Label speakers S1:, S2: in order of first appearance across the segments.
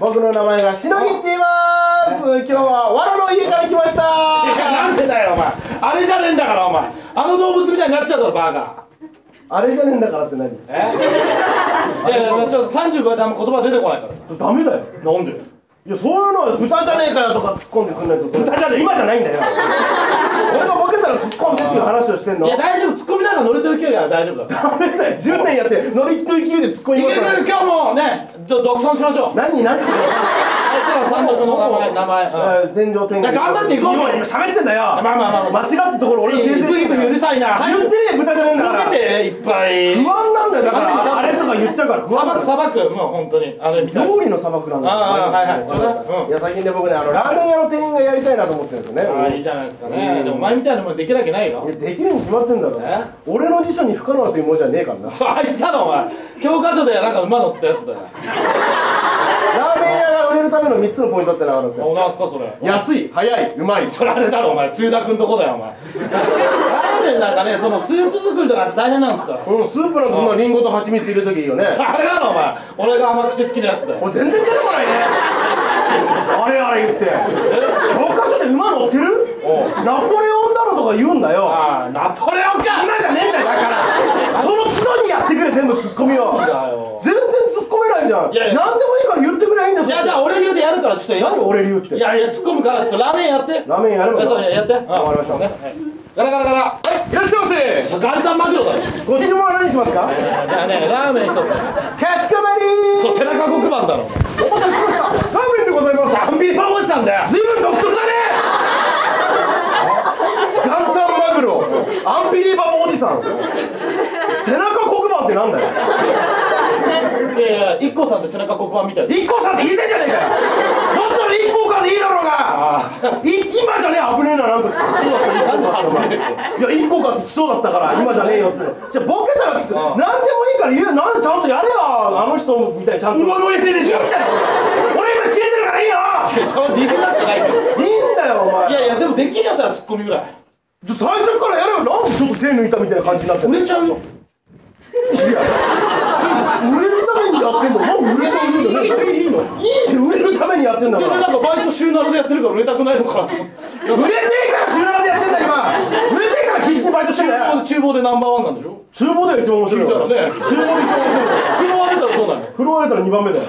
S1: 名前がしのぎって言います今日はわらの家から来ました
S2: なんでだよお前あれじゃねえんだからお前あの動物みたいになっちゃうだろバカ
S1: あれじゃねえんだからって何
S2: えいやいやちょっと35やってあんま言葉出てこないからさ
S1: ダメだよ
S2: なんで
S1: いやそういうのは豚じゃねえかよとか突っ込んでくんないと豚じゃねえ今じゃないんだよ俺がボケたら突っ込んでっていう話をしてんの
S2: いや大丈夫ツッコミなんか乗りと勢いだから大丈夫だか
S1: ダ
S2: ら
S1: メだよ10年やって乗り気の勢いで突っ込み
S2: い
S1: ま
S2: けい
S1: す
S2: け
S1: から
S2: 今日もねど独尊しましょう
S1: 何何て言う
S2: あいつら単独の名前名前、うん
S1: の天井天
S2: いや頑張っていこう
S1: 今今喋ってんだよ
S2: まあまあまあまあ
S1: 間違ったところ俺
S2: いぶ
S1: 訂正して
S2: いぶうるさいな
S1: 言ってねえ豚じゃねえんだから
S2: ボケていっぱい
S1: 不安なんだよだからあ
S2: なんで
S1: れとか言っちゃうから不
S2: 砂
S1: 安
S2: 漠砂漠もう本当にあれみたいな
S1: 料理の砂漠なんだよ
S2: ああはいはいちょうだいうん
S1: いや最近で僕ねあのラーメン屋の店員がやりたいなと思ってるんですよね
S2: ああいいじゃないですかね、
S1: うん
S2: でも前みたいなもんできるわけないよ
S1: いやできるに決まってんだろ
S2: え
S1: 俺の辞書に不可能という文字はねえからな
S2: そうあいつだろお前教科書でなんか馬乗ってたやつだよ
S1: ラーメン屋が売れるための3つのポイントってのがあるんですよ
S2: おなんすかそれ
S1: 安い早いうまい
S2: それあれだろお前つゆだくんとこだよお前ラーメンなんかねそのスープ作りとかって大変なんですから
S1: うんスープなんてそんなリンゴと蜂蜜入れときいいよね
S2: それあれだろお前俺が甘口好きなやつだよ
S1: 俺全然出てこないねあれあれ言って教科書で馬乗ってる
S2: おう
S1: ナポレオンだろとか言うんだよ
S2: ああナポレオンか
S1: 今じゃねえんだよだからその都度にやってくれ全部ツッコミを
S2: そうだよ
S1: 全然突っ込めないじゃん
S2: いやいや
S1: 何でもいいから言ってくればいいんだ
S2: いやじゃあ俺流でやるからちょっとや
S1: 何俺流って
S2: いやいや突っ込むからちょっとラーメンやって
S1: ラーメンやれば
S2: えそうやって
S1: わかりました
S2: ねはいガラガラガラ
S1: いらっしゃいませ
S2: 元旦マグロだよ
S1: ご注文は何しますか
S2: じゃあねラーメン一つ
S1: かしこまり
S2: そう背中黒板だろ
S1: お待たせしましたラーメンでございます
S2: アンビバボジさんだよ
S1: 随分独特だね元旦マグロアンビリーバボーおじさん背中黒板ってなんだよ
S2: いやいや IKKO さんって背中黒板みたいです
S1: 一個さんって言いたいじゃねえかよだったら一個かでいいだろうが
S2: ああ
S1: 一気今じゃねえ危ねえななんかクソだった一個か
S2: なんで
S1: いや一個かってきそうだったから今じゃねえよっつってじゃあボケたらきつ
S2: あ
S1: 何
S2: あ
S1: でもいいから言うなんでちゃんとやれよあの人みたいにちゃんと
S2: 上の
S1: いい
S2: SNS
S1: んだよ俺今切れてるからいいよ
S2: その理由になってないけど
S1: いいんだよお前
S2: いやいやでもできるやつはツッコミぐらい
S1: じゃあ最初からやれよなんでちょっと手抜いたみたいな感じになってん
S2: 売
S1: の
S2: れちゃうよ
S1: いや売れるためにやってんのなんで売れちゃうんだよね
S2: いいいいの
S1: いいじゃん売れるためにやってんだ
S2: で
S1: から
S2: 俺なんかバイト週7でやってるから売れたくないの かなと思って
S1: 売れねえから週7でやってんだ今売れねえから必死にバイトしてんだ
S2: 厨房
S1: よ
S2: で厨房でナンバーワンなんでしょ
S1: 厨房では一番面白いよ
S2: 聞いたらね
S1: 厨房で一番面白いよ
S2: 風呂割れたらどうなの
S1: フロアやったら2番目だよ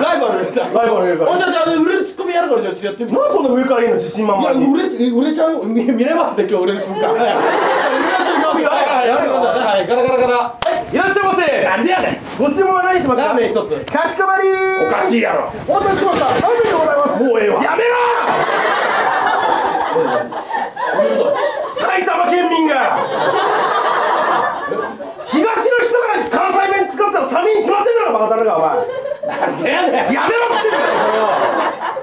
S2: ライバルみたいな
S1: ライバルいるから
S2: お
S1: なん
S2: じ
S1: で
S2: ゃあじゃあ売れるツッコミやるからじゃあちょっとやってみて
S1: そんな上からいいの自信満
S2: いや
S1: 々に
S2: 売れ売れちゃうよ見見れますね今日売れる瞬間。 はい見れますよ見ますよはいやってくださいはいガラガラガラ。
S1: いらっしゃいませ
S2: なんでやねん。
S1: ご注文は何しますか
S2: ラーメン一つ。
S1: かしこまり
S2: おかしいやろ。
S1: お待たせしましたラーメンでございます
S2: もうええわ
S1: やめろ埼玉県民が東の人が関西弁使ったら寒いに決まってんだろバカタレがお前
S2: なんでやねん。
S1: やめろって言うんだよ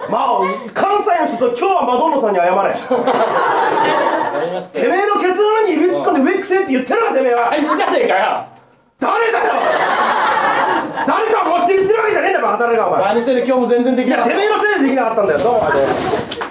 S1: まあ関西の人と今日はマドンナさんに謝れて
S2: やりましたよ。
S1: めえのケツの裏に指突っ込んで上くせえって言ってるのかてめえは
S2: あいつじゃねえかよ。
S1: 誰だよ誰かを模して言ってるわけじゃねえんだよバカタレがお前
S2: あのせいで今日も全然でき
S1: い
S2: な
S1: や
S2: かった
S1: てめえのせいでできなかったんだよどうもあの